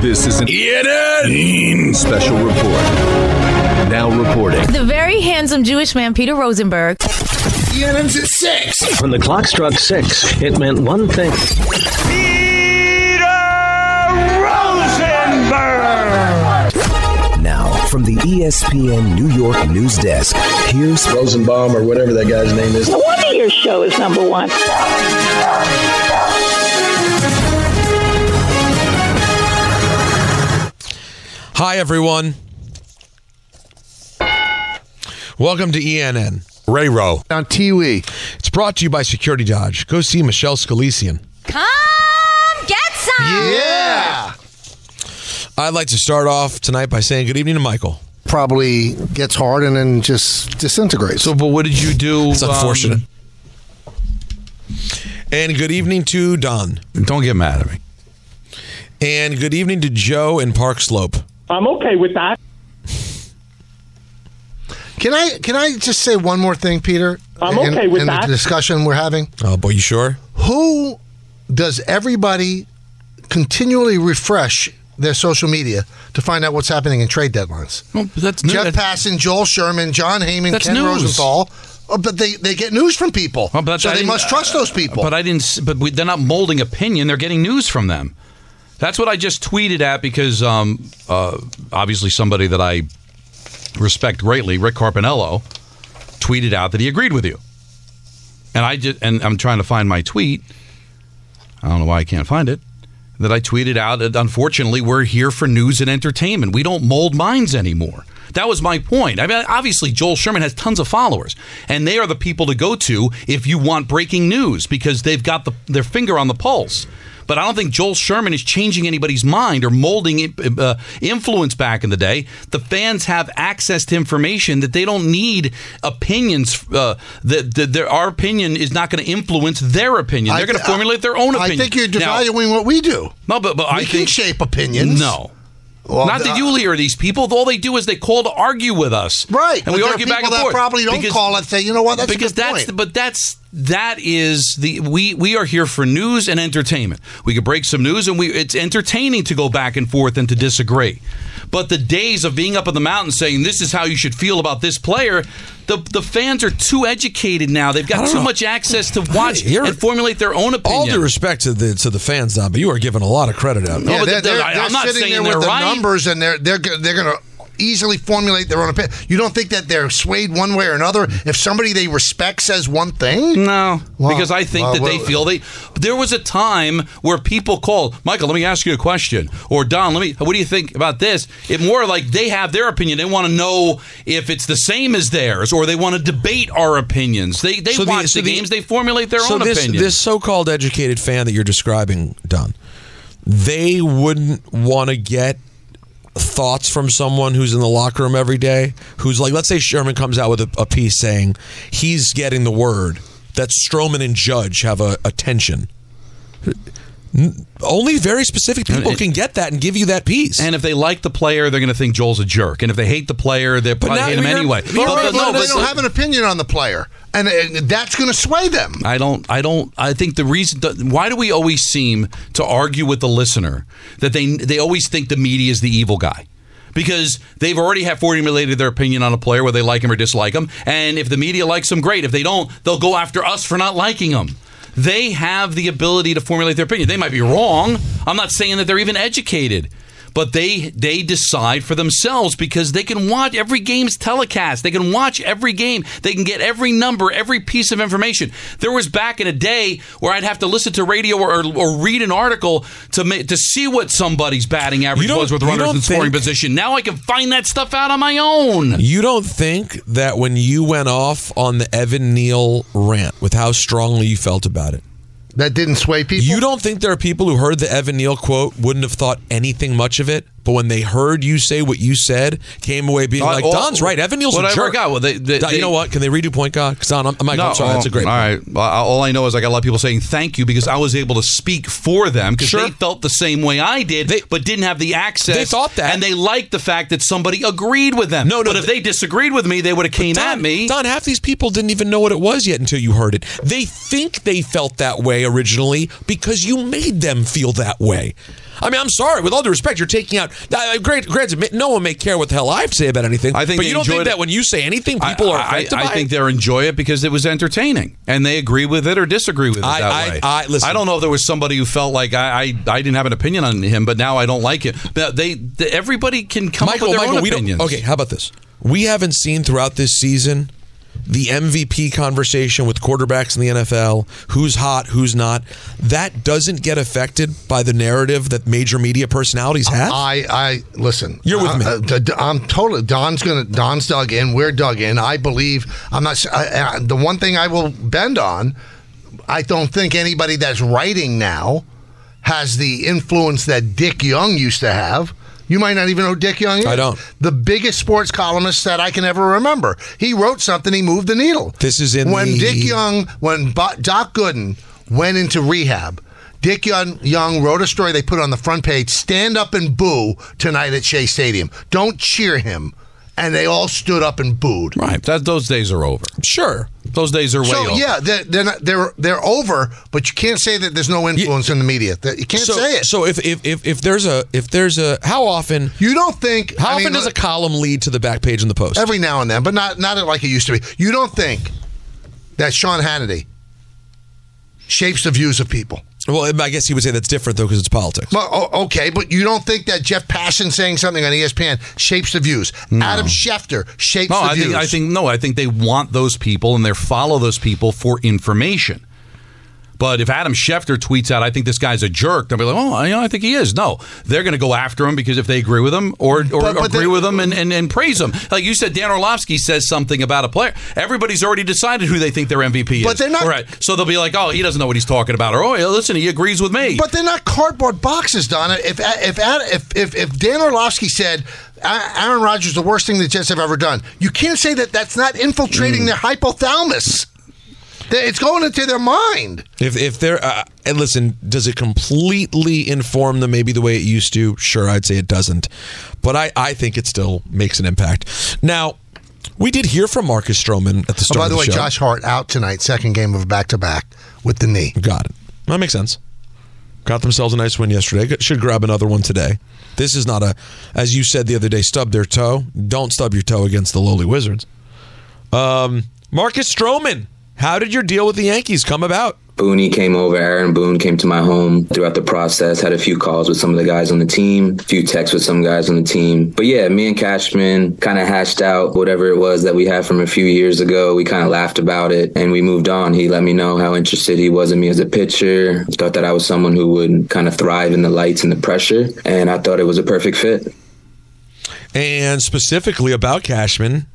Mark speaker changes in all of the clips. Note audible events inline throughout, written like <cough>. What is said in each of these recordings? Speaker 1: This is an ENN special report. Now reporting.
Speaker 2: The very handsome Jewish man, Peter Rosenberg.
Speaker 1: ENN's at 6.
Speaker 3: When the clock struck six, it meant one thing.
Speaker 4: Now, from the E ESPN New York news desk, here's
Speaker 5: Rosenbaum or whatever that guy's name is.
Speaker 6: No wonder your show is number one.
Speaker 7: Hi, everyone. Welcome to ENN. Ray Rowe.
Speaker 8: on Tiwi.
Speaker 7: It's brought to you by Security Dodge. Go see Michelle Scalesian.
Speaker 2: Come get some.
Speaker 8: Yeah.
Speaker 7: I'd like to start off tonight by saying good evening to Michael.
Speaker 8: Probably gets hard and then just disintegrates.
Speaker 7: So, but what did you do? um, It's
Speaker 9: unfortunate.
Speaker 7: and good evening to Don.
Speaker 9: Don't get mad at me.
Speaker 7: And good evening to Joe in Park Slope.
Speaker 10: I'm okay with that.
Speaker 8: Can I can I just say one more thing, Peter?
Speaker 10: I'm
Speaker 8: In-
Speaker 10: okay with
Speaker 8: in
Speaker 10: that.
Speaker 8: the discussion we're having.
Speaker 7: Oh, boy, you sure?
Speaker 8: Who does everybody continually refresh their social media to find out what's happening in trade deadlines?
Speaker 9: Well, that's
Speaker 8: Jeff
Speaker 9: that's-
Speaker 8: Passan, Joel Sherman, John Heyman,
Speaker 9: That's
Speaker 8: Ken
Speaker 9: news.
Speaker 8: Rosenthal. Oh, but they, they get news from people,
Speaker 9: Well, but
Speaker 8: so
Speaker 9: I
Speaker 8: they
Speaker 9: didn't-
Speaker 8: must trust those people.
Speaker 9: uh, But I didn't. s- But we, they're not molding opinion. They're getting news from them. That's what I just tweeted at because um, uh, obviously somebody that I respect greatly, Rick Carpinello, tweeted out that he agreed with you. And I just and I'm trying to find my tweet. I don't know why I can't find it. That I tweeted out. that Unfortunately, we're here for news and entertainment. We don't mold minds anymore. That was my point. I mean, obviously, Joel Sherman has tons of followers, and they are the people to go to if you want breaking news because they've got the, their finger on the pulse. But I don't think Joel Sherman is changing anybody's mind or molding uh, influence back in the day. The fans have access to information that they don't need opinions. Uh, that, that their, our opinion is not going to influence their opinion. They're
Speaker 8: I-
Speaker 9: going to formulate their own opinion.
Speaker 8: I think you're
Speaker 9: Now-
Speaker 8: devaluing what we do.
Speaker 9: no, but, but I
Speaker 8: We can
Speaker 9: think
Speaker 8: shape opinions.
Speaker 9: No.
Speaker 8: Well,
Speaker 9: Not
Speaker 8: uh,
Speaker 9: that you hear these people. All they do is they call to argue with us,
Speaker 8: Right,
Speaker 9: And
Speaker 8: but
Speaker 9: we
Speaker 8: there are
Speaker 9: argue back
Speaker 8: people
Speaker 9: and
Speaker 8: that
Speaker 9: forth.
Speaker 8: probably don't call and say, "You know what, that's a
Speaker 9: because
Speaker 8: good
Speaker 9: that's
Speaker 8: point."
Speaker 9: the- but that's that is the we we are here for news and entertainment. We could break some news, and we it's entertaining to go back and forth and to disagree. But the days of being up on the mountain saying this is how you should feel about this player, the the fans are too educated now. They've
Speaker 7: I
Speaker 9: got
Speaker 7: don't
Speaker 9: too
Speaker 7: know.
Speaker 9: much access to watch
Speaker 7: You're-
Speaker 9: and formulate their own opinion.
Speaker 7: All due respect to the to the fans, Don, but you are giving a lot of credit out.
Speaker 9: No,
Speaker 8: Yeah,
Speaker 9: but
Speaker 8: they're,
Speaker 9: they're-
Speaker 8: they're,
Speaker 9: I-
Speaker 8: they're
Speaker 9: I'm not
Speaker 8: sitting
Speaker 9: saying
Speaker 8: there with
Speaker 9: they're
Speaker 8: the
Speaker 9: right.
Speaker 8: numbers, and they're they're go- they're going to easily formulate their own opinion. You don't think that they're swayed one way or another if somebody they respect says one thing?
Speaker 9: No,
Speaker 8: Wow.
Speaker 9: because I think
Speaker 8: Wow,
Speaker 9: that they
Speaker 8: well-
Speaker 9: feel they. There was a time where people called Michael. Let me ask you a question, or Don. Let me. What do you think about this? It more like they have their opinion. They want to know if it's the same as theirs, or they want to debate our opinions. They they
Speaker 7: So the-
Speaker 9: watch the,
Speaker 7: so the-
Speaker 9: games. They formulate their
Speaker 7: so
Speaker 9: own
Speaker 7: this,
Speaker 9: opinion.
Speaker 7: This so-called educated fan that you're describing, Don, they wouldn't want to get thoughts from someone who's in the locker room every day, who's like, let's say Sherman comes out with a, a piece saying he's getting the word that Stroman and Judge have a, a tension. N- Only very specific people
Speaker 9: it-
Speaker 7: can get that and give you that piece.
Speaker 9: and if they like the player, they're going to think Joel's a jerk. And if they hate the player, they probably
Speaker 7: now
Speaker 9: hate him
Speaker 7: you're-
Speaker 9: anyway.
Speaker 7: you're
Speaker 9: But-
Speaker 8: Or
Speaker 9: but
Speaker 8: if
Speaker 9: no,
Speaker 8: they
Speaker 9: but-
Speaker 8: don't have an opinion on the player, and uh, that's going to sway them.
Speaker 9: I don't. I don't. I think the reason. The, why do we always seem to argue with the listener that they they always think the media is the evil guy? Because they've already have formulated their opinion on a player, whether they like him or dislike him, and if the media likes him, great. If they don't, they'll go after us for not liking him. They have the ability to formulate their opinion. They might be wrong. I'm not saying that they're even educated but they they decide for themselves because they can watch every game's telecast they can watch every game they can get every number every piece of information there was back in a day where i'd have to listen to radio or, or read an article to ma- to see what somebody's batting
Speaker 7: You
Speaker 9: average
Speaker 7: don't-
Speaker 9: was with
Speaker 7: you
Speaker 9: runners
Speaker 7: don't
Speaker 9: in scoring
Speaker 7: think-
Speaker 9: position now i can find that stuff out on my own
Speaker 7: You don't think that when you went off on the Evan Neal rant with how strongly you felt about it,
Speaker 8: That didn't sway people.
Speaker 7: You don't think there are people who heard the Evan Neal quote wouldn't have thought anything much of it, but when they heard you say what you said, came away being like,
Speaker 9: all-
Speaker 7: "Don's right. Evan Neal's
Speaker 9: whatever
Speaker 7: a jerk."
Speaker 9: I got, well, they- they-
Speaker 7: Don,
Speaker 9: they-
Speaker 7: you know what? Can they redo point guard? 'Cause Don, I'm, I'm, like, I'm sorry, that's a great.
Speaker 9: All right. Well, I- All I know is I got a lot of people saying thank you because I was able to speak for them because
Speaker 7: Sure.
Speaker 9: they felt the same way I did,
Speaker 7: They-
Speaker 9: but didn't have the access.
Speaker 7: They thought that.
Speaker 9: and they liked the fact that somebody agreed with them.
Speaker 7: No, no,
Speaker 9: But if they disagreed with me, they would have came
Speaker 7: Don,
Speaker 9: at me.
Speaker 7: Don, half these people didn't even know what it was yet until you heard it. They think they felt that way originally because you made them feel that way. I mean, I'm sorry. With all due respect, you're taking out. I- I- Great, granted, no one may care what the hell I say about anything.
Speaker 9: I think
Speaker 7: but
Speaker 9: they
Speaker 7: you don't
Speaker 9: enjoyed
Speaker 7: think
Speaker 9: it.
Speaker 7: that when you say anything,
Speaker 9: I-
Speaker 7: people are
Speaker 9: I,
Speaker 7: affected
Speaker 9: I
Speaker 7: by
Speaker 9: think
Speaker 7: it?
Speaker 9: they'll enjoy it because it was entertaining, and they agree with it or disagree with it.
Speaker 7: I-
Speaker 9: that
Speaker 7: I-
Speaker 9: way.
Speaker 7: I- listen.
Speaker 9: don't know if there was somebody who felt like I, I, I didn't have an opinion on him, but now I don't like it. But they, they- everybody can come
Speaker 7: Michael,
Speaker 9: up with their
Speaker 7: Michael,
Speaker 9: own
Speaker 7: we
Speaker 9: opinions.
Speaker 7: don't. Okay, how about this? We haven't seen throughout this season the MVP conversation with quarterbacks in the NFL, who's hot, who's not. That doesn't get affected by the narrative that major media personalities have.
Speaker 8: I, I listen.
Speaker 7: You're with me.
Speaker 8: I, uh, am totally. Don's gonna. Don's dug in. We're dug in. I believe. I'm not. s- I, I- the one thing I will bend on. I don't think anybody that's writing now has the influence that Dick Young used to have. You might not even know who Dick Young. Is.
Speaker 7: I don't.
Speaker 8: The biggest sports columnist that I can ever remember. He wrote something. He moved the needle.
Speaker 7: This is in
Speaker 8: when
Speaker 7: the-
Speaker 8: Dick Young, when Bo- Doc Gooden went into rehab. Dick Young, Young wrote a story they put on the front page. Stand up and boo tonight at Shea Stadium. Don't cheer him. And they all stood up and booed.
Speaker 9: right? That, those days are over.
Speaker 7: sure.
Speaker 9: Those days are way
Speaker 8: So
Speaker 9: over.
Speaker 8: yeah, they're they're, not, they're they're over. But you can't say that there's no influence in the media. That- You can't
Speaker 7: So,
Speaker 8: say it.
Speaker 7: so if, if if if there's a if there's a how often
Speaker 8: you don't think
Speaker 7: how
Speaker 8: I
Speaker 7: often
Speaker 8: mean,
Speaker 7: does a column lead to the back page in the post?
Speaker 8: every now and then, but not not like it used to be. You don't think that Sean Hannity shapes the views of people.
Speaker 7: well, I guess he would say that's different though because it's politics.
Speaker 8: Well, o- oh, okay, but you don't think that Jeff Passon saying something on E ESPN shapes the views? Adam Schefter shapes
Speaker 9: No,
Speaker 8: the
Speaker 9: I
Speaker 8: views.
Speaker 9: think, I think no, I think they want those people and they follow those people for information. But if Adam Schefter tweets out, I think this guy's a jerk, they'll be like, oh, you know, I think he is. No, they're going to go after him because if they agree with him or, or
Speaker 8: But- but
Speaker 9: agree
Speaker 8: they-
Speaker 9: with him and, and, and praise him. Like you said, Dan Orlovsky says something about a player. Everybody's already decided who they think their MVP is.
Speaker 8: But they're not-
Speaker 9: All right. So they'll be like, oh, he doesn't know what he's talking about. Or, oh, yeah, listen, he agrees with me.
Speaker 8: But they're not cardboard boxes, Donna. If if if if, if Dan Orlovsky said "A- Aaron Rodgers is the worst thing the Jets have ever done, you can't say that that's not
Speaker 9: Mm.
Speaker 8: infiltrating their hypothalamus. They- It's going into their mind.
Speaker 7: If if there uh, and listen, does it completely inform them maybe the way it used to? Sure, I'd say it doesn't, but I I think it still makes an impact. Now, we did hear from Marcus Stroman at the
Speaker 8: Oh,
Speaker 7: start.
Speaker 8: by the
Speaker 7: of
Speaker 8: way,
Speaker 7: show.
Speaker 8: Josh Hart out tonight, second game of back to back with the knee.
Speaker 7: got it. That makes sense. Got themselves a nice win yesterday. Should grab another one today. This is not a, as you said the other day, stub their toe. Don't stub your toe against the lowly Wizards. Um, Marcus Stroman, how did your deal with the Yankees come about?
Speaker 10: Booney came over, Aaron Boone came to my home throughout the process, had a few calls with some of the guys on the team, a few texts with some guys on the team. But yeah, me and Cashman kind of hashed out whatever it was that we had from a few years ago. We kind of laughed about it and we moved on. He let me know how interested he was in me as a pitcher, thought that I was someone who would kind of thrive in the lights and the pressure. And I thought it was a perfect fit.
Speaker 7: And specifically about Cashman,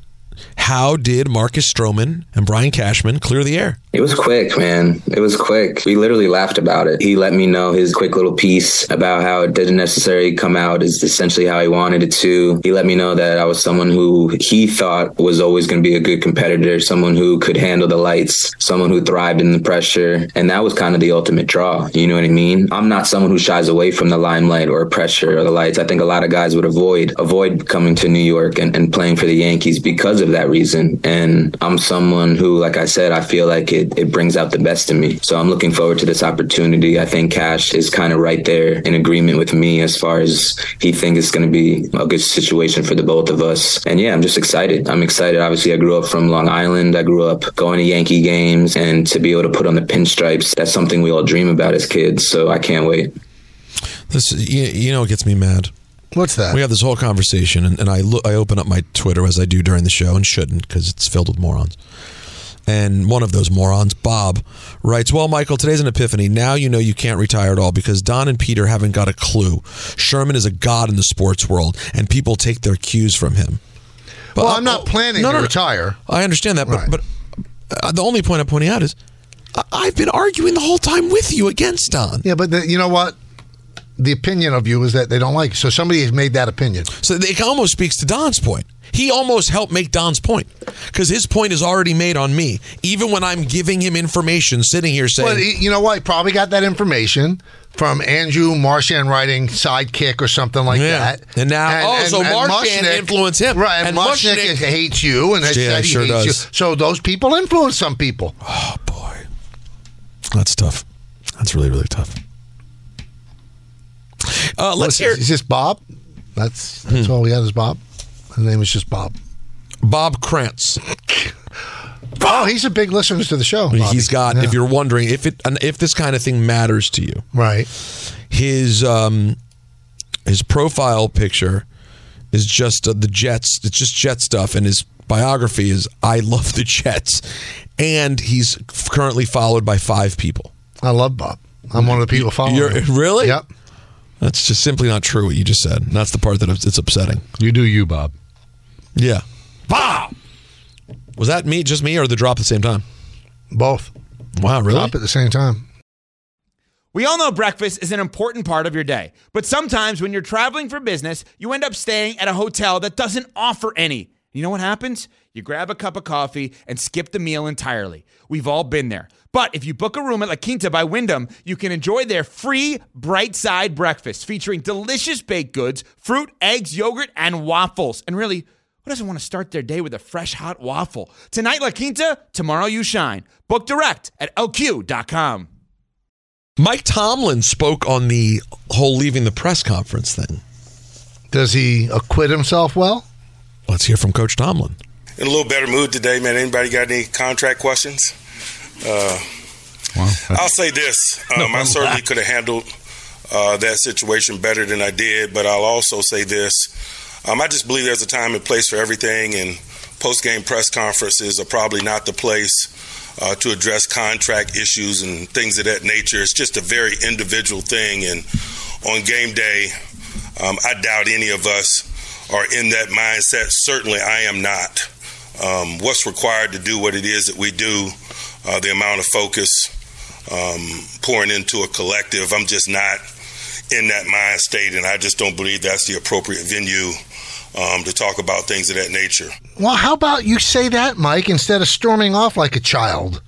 Speaker 7: how did Marcus Stroman and Brian Cashman clear the air?
Speaker 10: It was quick, man. It was quick. We literally laughed about it. He let me know his quick little piece about how it didn't necessarily come out is essentially how he wanted it to. He let me know that I was someone who he thought was always going to be a good competitor, someone who could handle the lights, someone who thrived in the pressure. And that was kind of the ultimate draw. You know what I mean? I'm not someone who shies away from the limelight or pressure or the lights. I think a lot of guys would avoid avoid coming to New York and, and playing for the Yankees because of that reason. And I'm someone who, like I said, I feel like it, it brings out the best in me. So I'm looking forward to this opportunity. I think Cash is kind of right there in agreement with me as far as he thinks it's going to be a good situation for the both of us. And yeah, I'm just excited. I'm excited. Obviously, I grew up from Long Island. I grew up going to Yankee games and to be able to put on the pinstripes, that's something we all dream about as kids. So I can't wait.
Speaker 7: This, you, you know, it gets me mad.
Speaker 8: What's that?
Speaker 7: We have this whole conversation, and, and I look, I open up my Twitter as I do during the show, and shouldn't because it's filled with morons. And one of those morons, Bob, writes, Well, Michael, today's an epiphany. Now you know you can't retire at all because Don and Peter haven't got a clue. Sherman is a god in the sports world, and people take their cues from him. But
Speaker 9: uh,
Speaker 8: Well, I'm
Speaker 9: oh,
Speaker 8: not planning to retire.
Speaker 7: I understand that, but,
Speaker 8: Right.
Speaker 7: but uh, the only point I'm pointing out is I- I've been arguing the whole time with you against Don.
Speaker 8: Yeah, but the, you know what? The opinion of you is that they don't like you. So somebody has made that opinion.
Speaker 7: So it almost speaks to Don's point. He almost helped make Don's point because his point is already made on me, even when I'm giving him information sitting here saying,
Speaker 8: But he- you know what? He probably got that information from Andrew Marshan writing sidekick or something like
Speaker 7: Yeah.
Speaker 8: that.
Speaker 7: And now- oh, so Marshan
Speaker 8: Mushnick-
Speaker 7: influenced him.
Speaker 8: right? And,
Speaker 7: And
Speaker 8: Mushnick,
Speaker 7: Mushnick-
Speaker 8: is- hates you, and has
Speaker 7: Yeah,
Speaker 8: said he
Speaker 7: sure
Speaker 8: hates
Speaker 7: does.
Speaker 8: you. So those people influence some people.
Speaker 7: Oh, boy. That's tough. That's really, really tough. Uh, let's hear
Speaker 8: Is this Bob? That's
Speaker 7: Hmm.
Speaker 8: that's all we had is Bob. His name is just Bob.
Speaker 7: Bob Krantz.
Speaker 8: Oh, he's a big listener to the show. Bobby.
Speaker 7: He's got.
Speaker 8: Yeah.
Speaker 7: If you're wondering if it and if this kind of thing matters to you,
Speaker 8: right.
Speaker 7: his um, his profile picture is just uh, the Jets. It's just Jet stuff, and his biography is "I love the Jets," and he's currently followed by five people.
Speaker 8: I love Bob. I'm one of the people following.
Speaker 7: you're-
Speaker 8: him.
Speaker 7: really?
Speaker 8: Yep.
Speaker 7: That's just simply not true. What you just said. And that's the part that it's upsetting.
Speaker 11: You do you, Bob.
Speaker 7: Yeah. Bob. Was that me? Just me, or the drop at the same time?
Speaker 8: Both.
Speaker 7: Wow, really?
Speaker 8: Up at the same time.
Speaker 12: We all know breakfast is an important part of your day, but sometimes when you're traveling for business, you end up staying at a hotel that doesn't offer any. You know what happens? You grab a cup of coffee and skip the meal entirely. We've all been there. But if you book a room at La Quinta by Wyndham, you can enjoy their free bright side breakfast featuring delicious baked goods, fruit, eggs, yogurt, and waffles. And really, who doesn't want to start their day with a fresh hot waffle? Tonight, La Quinta, tomorrow, you shine. Book direct at lq.com.
Speaker 7: Mike Tomlin spoke on the whole leaving the press conference thing.
Speaker 8: Does he acquit himself well?
Speaker 7: Let's hear from Coach Tomlin.
Speaker 10: in a little better mood today, man. Anybody got any contract questions? Uh, I'll say this: um, I certainly could have handled uh, that situation better than I did, but I'll also say this: um, I just believe there's a time and place for everything, and post-game press conferences are probably not the place. Uh, to address contract issues and things of that nature. It's just a very individual thing. And on game day, um, I doubt any of us are in that mindset. Certainly, I am not. Um, what's required to do what it is that we do, uh, the amount of focus um, pouring into a collective, I'm just not in that mind state, and I just don't believe that's the appropriate venue um, to talk about things of that nature.
Speaker 8: Well, how about you say that, Mike, instead of storming off like a child?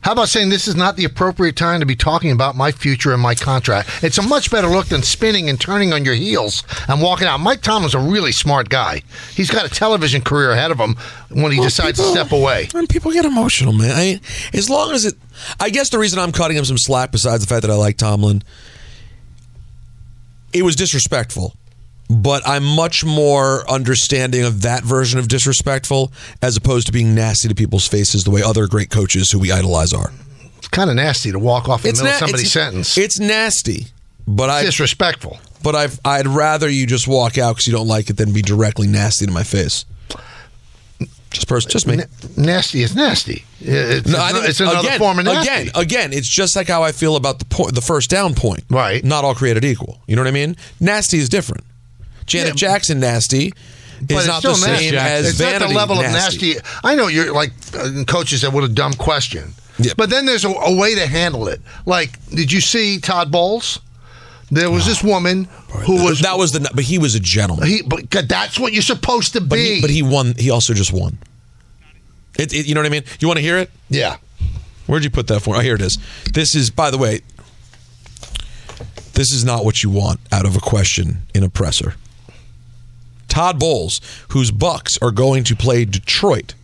Speaker 8: How about saying this is not the appropriate time to be talking about my future and my contract? It's a much better look than spinning and turning on your heels and walking out. Mike Tomlin's a really smart guy. He's got a television career ahead of him when he decides to step away.
Speaker 7: And people get emotional, man. I, as long as it, I guess the reason I'm cutting him some slack, besides the fact that I like Tomlin, it was disrespectful. But I'm much more understanding of that version of disrespectful as opposed to being nasty to people's faces the way other great coaches who we idolize are.
Speaker 8: It's kind of nasty to walk off in the middle
Speaker 7: na-
Speaker 8: of somebody's
Speaker 7: it's-
Speaker 8: sentence.
Speaker 7: It's nasty, but I
Speaker 8: disrespectful.
Speaker 7: but I've, I'd rather you just walk out because you don't like it than be directly nasty to my face. Just person, just me.
Speaker 8: Na- nasty is nasty. It's,
Speaker 7: No, I think
Speaker 8: it's another
Speaker 7: again,
Speaker 8: form of nasty.
Speaker 7: Again, again, it's just like how I feel about the po- the first down point.
Speaker 8: Right.
Speaker 7: Not all created equal. You know what I mean? Nasty is different. Janet
Speaker 8: Yeah, but-
Speaker 7: Jackson nasty
Speaker 8: But
Speaker 7: is
Speaker 8: it's
Speaker 7: not
Speaker 8: still
Speaker 7: the same
Speaker 8: nasty.
Speaker 7: as
Speaker 8: it's
Speaker 7: vanity
Speaker 8: not the level
Speaker 7: nasty.
Speaker 8: of nasty. I know you're like uh, coaches that with a dumb question,
Speaker 7: Yeah.
Speaker 8: but then there's a, a way to handle it. Like, did you see Todd Bowles? There was this woman who was
Speaker 7: that was the but he was a gentleman.
Speaker 8: he, but God, that's what you're supposed to be.
Speaker 7: but, he, but he won. He also just won. It, it, you know what I mean? You want to hear it?
Speaker 8: yeah,
Speaker 7: Where'd you put that for? Oh, here it is. This is, by the way, this is not what you want out of a question in a presser. Todd Bowles, whose Bucks are going to play Detroit.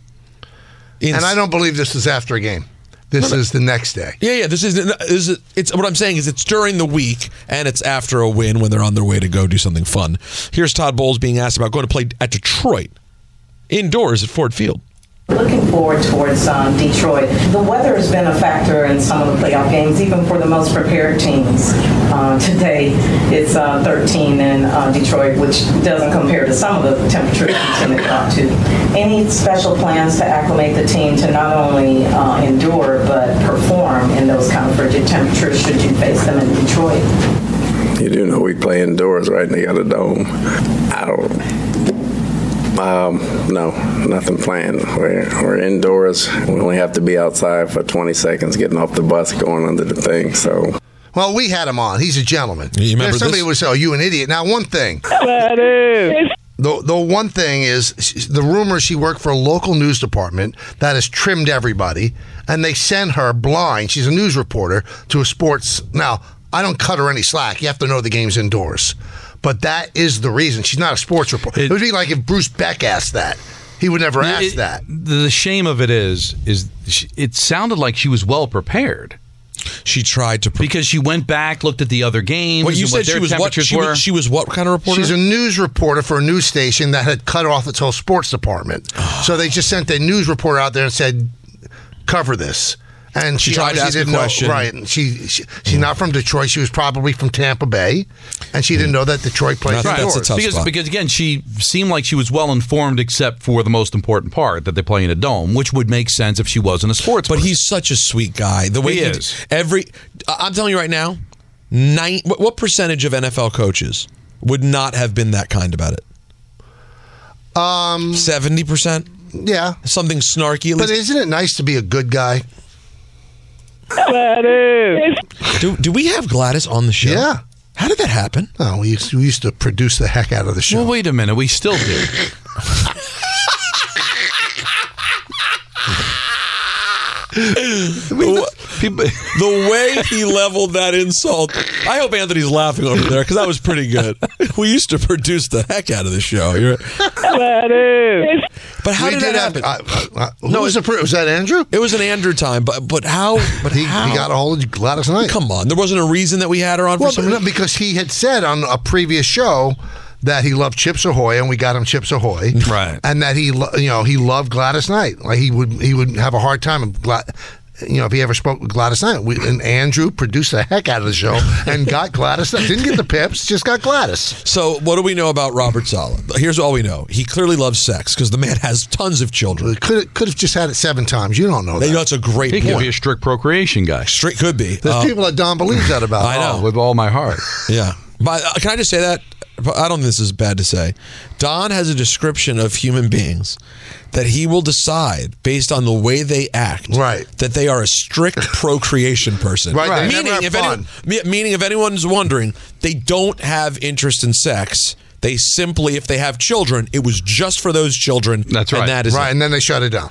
Speaker 7: in-
Speaker 8: and I don't believe this is after a game. This is the next day.
Speaker 7: Yeah, yeah. This is, this is it's what I'm saying is it's during the week and it's after a win when they're on their way to go do something fun. Here's Todd Bowles being asked about going to play at Detroit indoors at Ford Field.
Speaker 13: Looking forward towards um, Detroit. The weather has been a factor in some of the playoff games, even for the most prepared teams. Uh, <laughs> today, it's uh, 13 in uh, Detroit, which doesn't compare to some of the temperatures we tend to come to. Any special plans to acclimate the team to not only uh, endure but perform in those kind of frigid temperatures should you face them in Detroit?
Speaker 9: You do know we play indoors, right? And they got a dome. I don't. Um, no, nothing planned. We're, we're indoors. We only have to be outside for 20 seconds, getting off the bus, going under the thing. So
Speaker 8: Well, we had him on. He's a gentleman.
Speaker 7: You remember
Speaker 8: There's somebody
Speaker 7: this?
Speaker 8: who was, oh, you an idiot. Now, one thing. The, the one thing is sh- the rumor she worked for a local news department that has trimmed everybody, and they send her blind. She's a news reporter to a sports. Now, I don't cut her any slack. You have to know the game's indoors. But that is the reason. She's not a sports reporter. It,
Speaker 11: It-
Speaker 8: would be like if Bruce Beck asked that. He would never ask
Speaker 11: It-
Speaker 8: that.
Speaker 11: The shame of it is, is she, it sounded like she was well prepared.
Speaker 7: She tried to
Speaker 9: because she went back, looked at the other games.
Speaker 7: What you
Speaker 9: and
Speaker 7: said
Speaker 9: what their
Speaker 7: she was what
Speaker 9: temperatures
Speaker 7: she
Speaker 9: were.
Speaker 7: was, she was what kind of reporter?
Speaker 8: She's a news reporter for a news station that had cut off its whole sports department.
Speaker 7: Oh.
Speaker 8: so they just sent a news reporter out there and said, "Cover this." And
Speaker 7: She
Speaker 8: she,
Speaker 7: tried to
Speaker 8: obviously
Speaker 7: ask
Speaker 8: didn't
Speaker 7: a
Speaker 8: know,
Speaker 7: question.
Speaker 8: right? And she, she she's not from Detroit. She was probably from Tampa Bay, and she didn't know that Detroit played.
Speaker 9: Right.
Speaker 8: indoors.
Speaker 9: because, because again, she seemed like she was well informed, except for the most important part that they play in a dome, which would make sense if she wasn't a sports. But
Speaker 7: he's such a sweet guy. The way
Speaker 9: he
Speaker 7: he d-
Speaker 9: is.
Speaker 7: every I- I'm telling you right now, nine, what, what percentage of NFL coaches would not have been that kind about it?
Speaker 8: Um,
Speaker 7: seventy percent.
Speaker 8: Yeah,
Speaker 7: something snarky. at
Speaker 8: But
Speaker 7: least.
Speaker 8: isn't it nice to be a good guy?
Speaker 7: Do, do we have Gladys on the show?
Speaker 8: Yeah.
Speaker 7: How did that happen?
Speaker 8: Oh, we used, we used to produce the heck out of the show. Well,
Speaker 9: wait a minute. We still do.
Speaker 7: <laughs> the way he leveled that insult. I hope Anthony's laughing over there because that was pretty good. We used to produce the heck out of the show. You're- But how
Speaker 8: We
Speaker 7: did,
Speaker 8: did
Speaker 7: that
Speaker 8: have-
Speaker 7: happen?
Speaker 8: who was the
Speaker 7: was that Andrew? It was an Andrew time, but but how? But he, how?
Speaker 8: got
Speaker 7: all of Gladys Knight. Come on, there wasn't a reason that we had her on.
Speaker 8: Well,
Speaker 7: for some
Speaker 8: no,
Speaker 7: reason.
Speaker 8: because he had said on a previous show that he loved Chips Ahoy, and we got him Chips Ahoy,
Speaker 9: right?
Speaker 8: And that he, lo- you know, he loved Gladys Knight. Like he would, he would have a hard time. Of Glad- you know, if he ever spoke with Gladys Knight, we, and Andrew produced the heck out of the show and got Gladys Knight. Didn't get the pips, just got Gladys.
Speaker 7: So, what do we know about Robert Sala? Here's all we know: he clearly loves sex because the man <laughs> has tons of children.
Speaker 8: Could could have just had it seven times. You don't know that.
Speaker 7: That's a great
Speaker 9: He could
Speaker 7: point.
Speaker 9: be a strict procreation guy. Oh,
Speaker 7: Strict could be. Uh,
Speaker 8: There's people that don't believe that about.
Speaker 7: I know.
Speaker 9: with all my heart.
Speaker 7: Yeah. But uh, can I just say that? But I don't think this is bad to say. Don has a description of human beings that he will decide based on the way they act. Right. That they are
Speaker 8: <laughs>
Speaker 7: a strict procreation person.
Speaker 8: Right, they never
Speaker 7: Meaning,
Speaker 8: have
Speaker 7: if anyone, me- meaning, if anyone's wondering, they don't have interest in sex. They simply, if they have children, it was just for those children. That's
Speaker 8: right.
Speaker 7: And that is
Speaker 8: Right, and then they shut it down.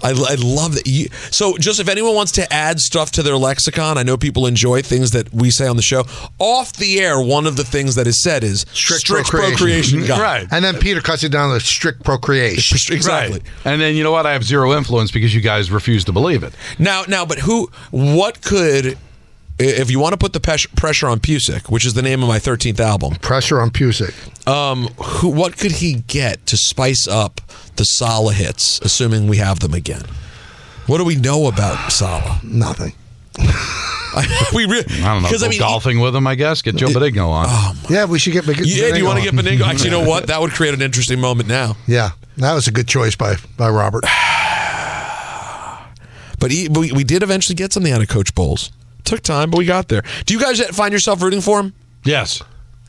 Speaker 7: I, I love that. You, so, just if anyone wants to add stuff to their lexicon, I know people enjoy things that we say on the show. Off the air, one of the things that is said is strict, procreation. guy.
Speaker 8: And then Peter cuts it down to strict procreation.
Speaker 7: <laughs> Exactly.
Speaker 9: And then you know what? I have zero influence because you guys refuse to believe it.
Speaker 7: Now, now, but who? What could? i- If you want to put the pes- pressure on Pusick, which is the name of my thirteenth album,
Speaker 8: pressure on Pusick.
Speaker 7: Um, who? What could he get to spice up the Sala hits? Assuming we have them again. What do we know about Sala? <laughs>
Speaker 8: Nothing.
Speaker 7: we really.
Speaker 9: I don't know.
Speaker 7: 'Cause,
Speaker 9: Go
Speaker 7: I mean, Oh.
Speaker 9: golfing with him, I guess. Get Joe Benigno on.
Speaker 8: Yeah, we should get. Big-
Speaker 7: Yeah, do you want to get
Speaker 8: on.
Speaker 7: Benigo? Actually,
Speaker 8: <laughs>
Speaker 7: you know what? That would create an interesting moment now.
Speaker 8: Yeah, that was a good choice by by Robert.
Speaker 7: But he, we, we did eventually get something out of Coach Bowles. Took time, but we got there. Do you guys find yourself rooting for him?
Speaker 9: Yes.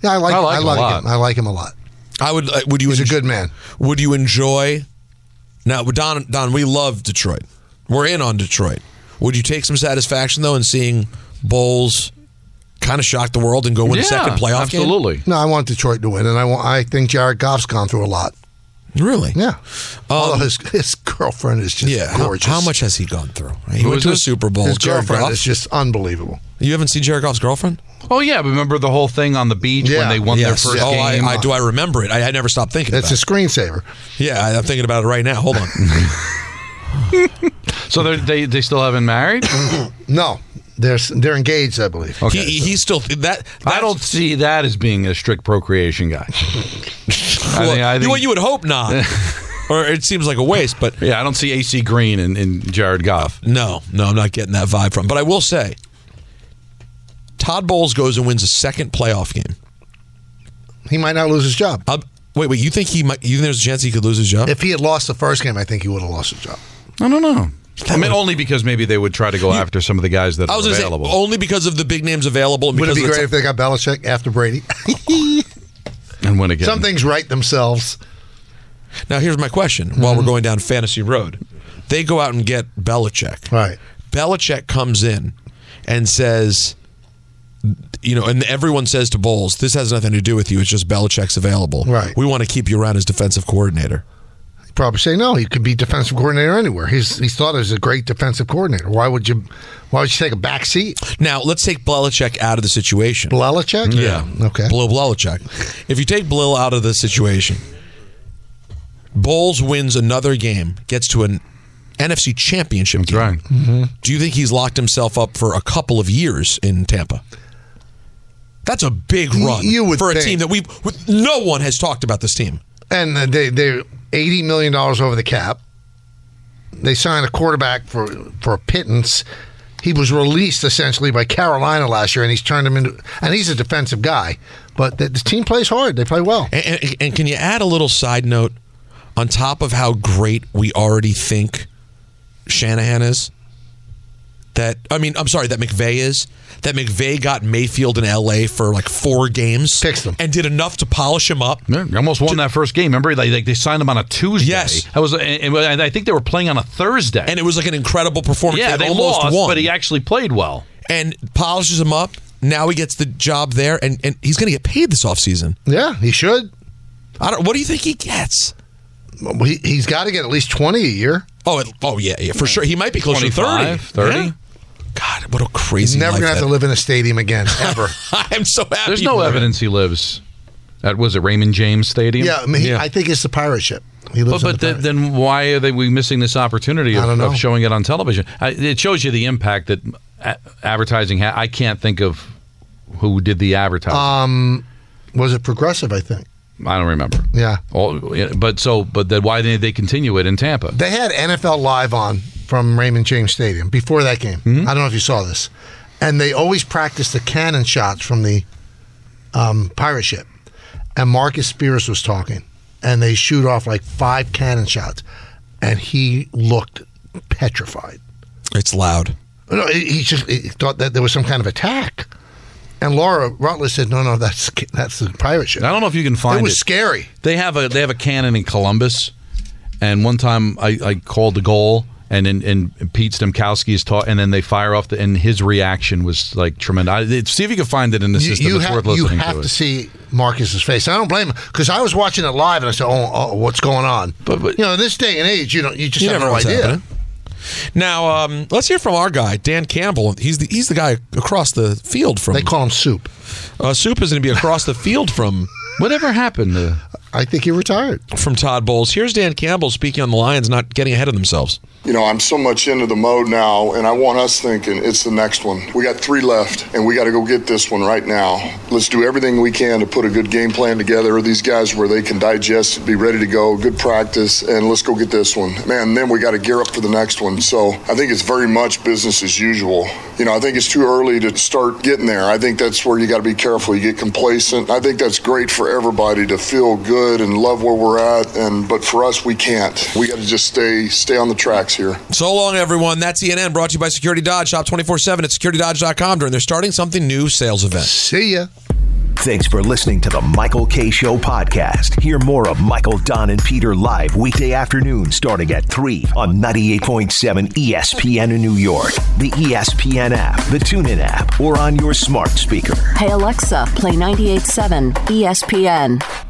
Speaker 8: Yeah, I like.
Speaker 7: I
Speaker 8: I
Speaker 7: like
Speaker 8: like,
Speaker 7: him a lot.
Speaker 8: him. I like him a lot.
Speaker 7: I would. Uh, would you?
Speaker 8: He's a good man.
Speaker 7: Would you enjoy? Now, Don, Don, we love Detroit. We're in on Detroit. Would you take some satisfaction though in seeing Bowles kind of shock the world and go win a second playoff game?
Speaker 8: No, I want Detroit to win, and I want. I think Jared Goff's gone through a lot.
Speaker 7: Really?
Speaker 8: Yeah. Although his his girlfriend is just
Speaker 7: Um, Yeah. How,
Speaker 8: gorgeous.
Speaker 7: how much has he gone through? He
Speaker 9: Who
Speaker 7: went
Speaker 9: is
Speaker 7: to a
Speaker 9: this?
Speaker 7: Super Bowl.
Speaker 8: his
Speaker 7: Jared
Speaker 8: girlfriend
Speaker 7: Goff.
Speaker 8: is just unbelievable.
Speaker 7: You haven't seen Jared Goff's girlfriend?
Speaker 9: Oh yeah, but remember the whole thing on the beach when
Speaker 7: Yeah.
Speaker 9: they won
Speaker 7: Yes.
Speaker 9: their first
Speaker 7: oh, I-
Speaker 9: game?
Speaker 7: I, do. I remember it. I, I never stopped thinking.
Speaker 8: It's
Speaker 7: about
Speaker 8: a
Speaker 7: it.
Speaker 8: screensaver.
Speaker 7: Yeah, I, I'm thinking about it right now. Hold on.
Speaker 9: so they're- they they still haven't married?
Speaker 8: no, they're s- they're engaged, I believe.
Speaker 9: Okay,
Speaker 7: He, he's still that.
Speaker 9: I don't see that as being a strict procreation guy. I
Speaker 7: well,
Speaker 9: think- I think-
Speaker 7: well, you would hope not. or it seems like a waste, but
Speaker 9: yeah, I don't see AC Green and, and Jared Goff.
Speaker 7: no, no, I'm not getting that vibe from. But I will say, Todd Bowles goes and wins a second playoff game.
Speaker 8: He might not lose his job.
Speaker 7: i wait, wait. You think he might? You think there's a chance he could lose his job?
Speaker 8: If he had lost the first game, I think he would have lost his job.
Speaker 9: I don't know. I mean, only because maybe they would try to go after some of the guys that
Speaker 7: I was
Speaker 9: are
Speaker 7: gonna say, oh,
Speaker 9: available.
Speaker 7: only because of the big names available. And
Speaker 8: Would it
Speaker 7: because
Speaker 8: be
Speaker 7: of the
Speaker 8: great
Speaker 7: ti-
Speaker 8: if they got Belichick after Brady?
Speaker 9: and win
Speaker 8: <laughs>
Speaker 9: again.
Speaker 8: Some things right themselves.
Speaker 7: Now, here's my question while we're going down fantasy road. They go out and get Belichick.
Speaker 8: Right.
Speaker 7: Belichick comes in and says, you know, and everyone says to Bowles, this has nothing to do with you. It's just Belichick's available.
Speaker 8: Right.
Speaker 7: We want to keep you around as defensive coordinator.
Speaker 8: He'd probably say no. He could be defensive coordinator anywhere. He's he's thought as a great defensive coordinator. Why would you? Why would you take a back seat?
Speaker 7: Now, let's take Belichick out of the situation.
Speaker 8: Belichick?
Speaker 7: Yeah.
Speaker 8: Okay.
Speaker 7: Blil Belichick. If you take Blil out of the situation, Bowles wins another game, gets to an NFC Championship game. Do you think he's locked himself up for a couple of years in Tampa? That's a big run
Speaker 8: you would
Speaker 7: for a
Speaker 8: think.
Speaker 7: team that we with- no one has talked about this team.
Speaker 8: and they they're eighty million dollars over the cap. They signed a quarterback for for a pittance. He was released essentially by Carolina last year, and he's turned him into. And he's a defensive guy, but the, the team plays hard. They play well.
Speaker 7: And, and, and can you add a little side note on top of how great we already think Shanahan is? That I mean, I'm sorry, that McVay is. That McVay got Mayfield in L.A. for like four games, fixed them, and did enough to polish him up.
Speaker 9: They almost won that first game. Remember, they like, they signed him on a Tuesday. Yes, I was, and, and I think they were playing on a Thursday,
Speaker 7: and it was like an incredible performance.
Speaker 9: Yeah,
Speaker 7: They
Speaker 9: they
Speaker 7: almost
Speaker 9: lost,
Speaker 7: won.
Speaker 9: but he actually played well.
Speaker 7: and polishes him up. Now he gets the job there, and, and he's going to get paid this offseason.
Speaker 8: Yeah, he should.
Speaker 7: I don't. What do you think he gets?
Speaker 8: Well, he, he's got to get at least twenty a year.
Speaker 7: Oh, it, oh yeah, yeah, for sure. He might be closer to 30.
Speaker 9: 25, 30.
Speaker 7: Yeah. God, what a crazy
Speaker 8: He's never
Speaker 7: life
Speaker 8: gonna
Speaker 7: <laughs>
Speaker 8: have
Speaker 7: that-
Speaker 8: to live in a stadium again ever.
Speaker 7: <laughs> I'm so happy.
Speaker 9: There's no
Speaker 8: for him.
Speaker 9: evidence he lives at was it Raymond James Stadium?
Speaker 8: yeah, I, mean, he- I think it's the pirate ship. He
Speaker 9: But,
Speaker 8: lives in
Speaker 9: but
Speaker 8: the
Speaker 9: then, then why are they we missing this opportunity
Speaker 8: I
Speaker 9: of,
Speaker 8: don't know.
Speaker 9: of showing it on television? I, it shows you the impact that a- advertising had. I can't think of who did the advertising.
Speaker 8: um, was it progressive? I think.
Speaker 9: I don't remember.
Speaker 8: Yeah.
Speaker 9: All, yeah, but so, but then why didn't they continue it in Tampa?
Speaker 8: They had NFL Live on from Raymond James Stadium before that game. I don't know if you saw this. And they always practice the cannon shots from the um, pirate ship. And Marcus Spears was talking. And they shoot off like five cannon shots. And he looked petrified.
Speaker 7: It's loud.
Speaker 8: No, he he just he thought that there was some kind of attack. And Laura Rutledge said, no, no, that's that's the pirate ship.
Speaker 9: I don't know if you can find it.
Speaker 8: was scary.
Speaker 9: They have a they have a cannon in Columbus, and one time I, I called the goal, and and, and Pete Stemkowski is taught, and then they fire off, the, and his reaction was like tremendous. I, see if you can find it in the
Speaker 8: You-
Speaker 9: system.
Speaker 8: You,
Speaker 9: it's
Speaker 8: ha-
Speaker 9: worth
Speaker 8: you
Speaker 9: listening
Speaker 8: have
Speaker 9: to
Speaker 8: to,
Speaker 9: it.
Speaker 8: see Marcus's face. I don't blame him because I was watching it live and I said, "Oh, oh what's going on?" But, you know, in this day and age, you don't you just
Speaker 7: You
Speaker 8: have
Speaker 7: never
Speaker 8: no
Speaker 7: know what's
Speaker 8: idea.
Speaker 7: happening. Now, um, let's hear from our guy, Dan Campbell. He's the he's the guy across the field from. They
Speaker 8: call him Soup.
Speaker 7: Uh, Soup is going to be across the field from.
Speaker 9: Whatever happened to?
Speaker 8: I think he retired
Speaker 7: from Todd Bowles. Here's Dan Campbell speaking on the Lions, not getting ahead of themselves.
Speaker 12: You know, I'm so much into the mode now, and I want us thinking it's the next one. We got three left, and we got to go get this one right now. Let's do everything we can to put a good game plan together. These guys where they can digest, it, be ready to go, good practice, and let's go get this one. Man, then we got to gear up for the next one. So I think it's very much business as usual. You know, I think it's too early to start getting there. I think that's where you got to be careful. You get complacent. I think that's great for everybody to feel good and love where we're at, and but for us, we can't. We got to just stay stay on the tracks here.
Speaker 7: So long, everyone. That's ENN brought to you by Security Dodge. Shop 24 7 at securitydodge.com during their starting something new sales event.
Speaker 8: See ya.
Speaker 4: Thanks for listening to the Michael K. Show podcast. Hear more of Michael, Don, and Peter live weekday afternoon starting at 3 on 98.7 ESPN in New York, the E ESPN app, the TuneIn app, or on your smart speaker.
Speaker 14: Hey Alexa, play 98.7 ESPN.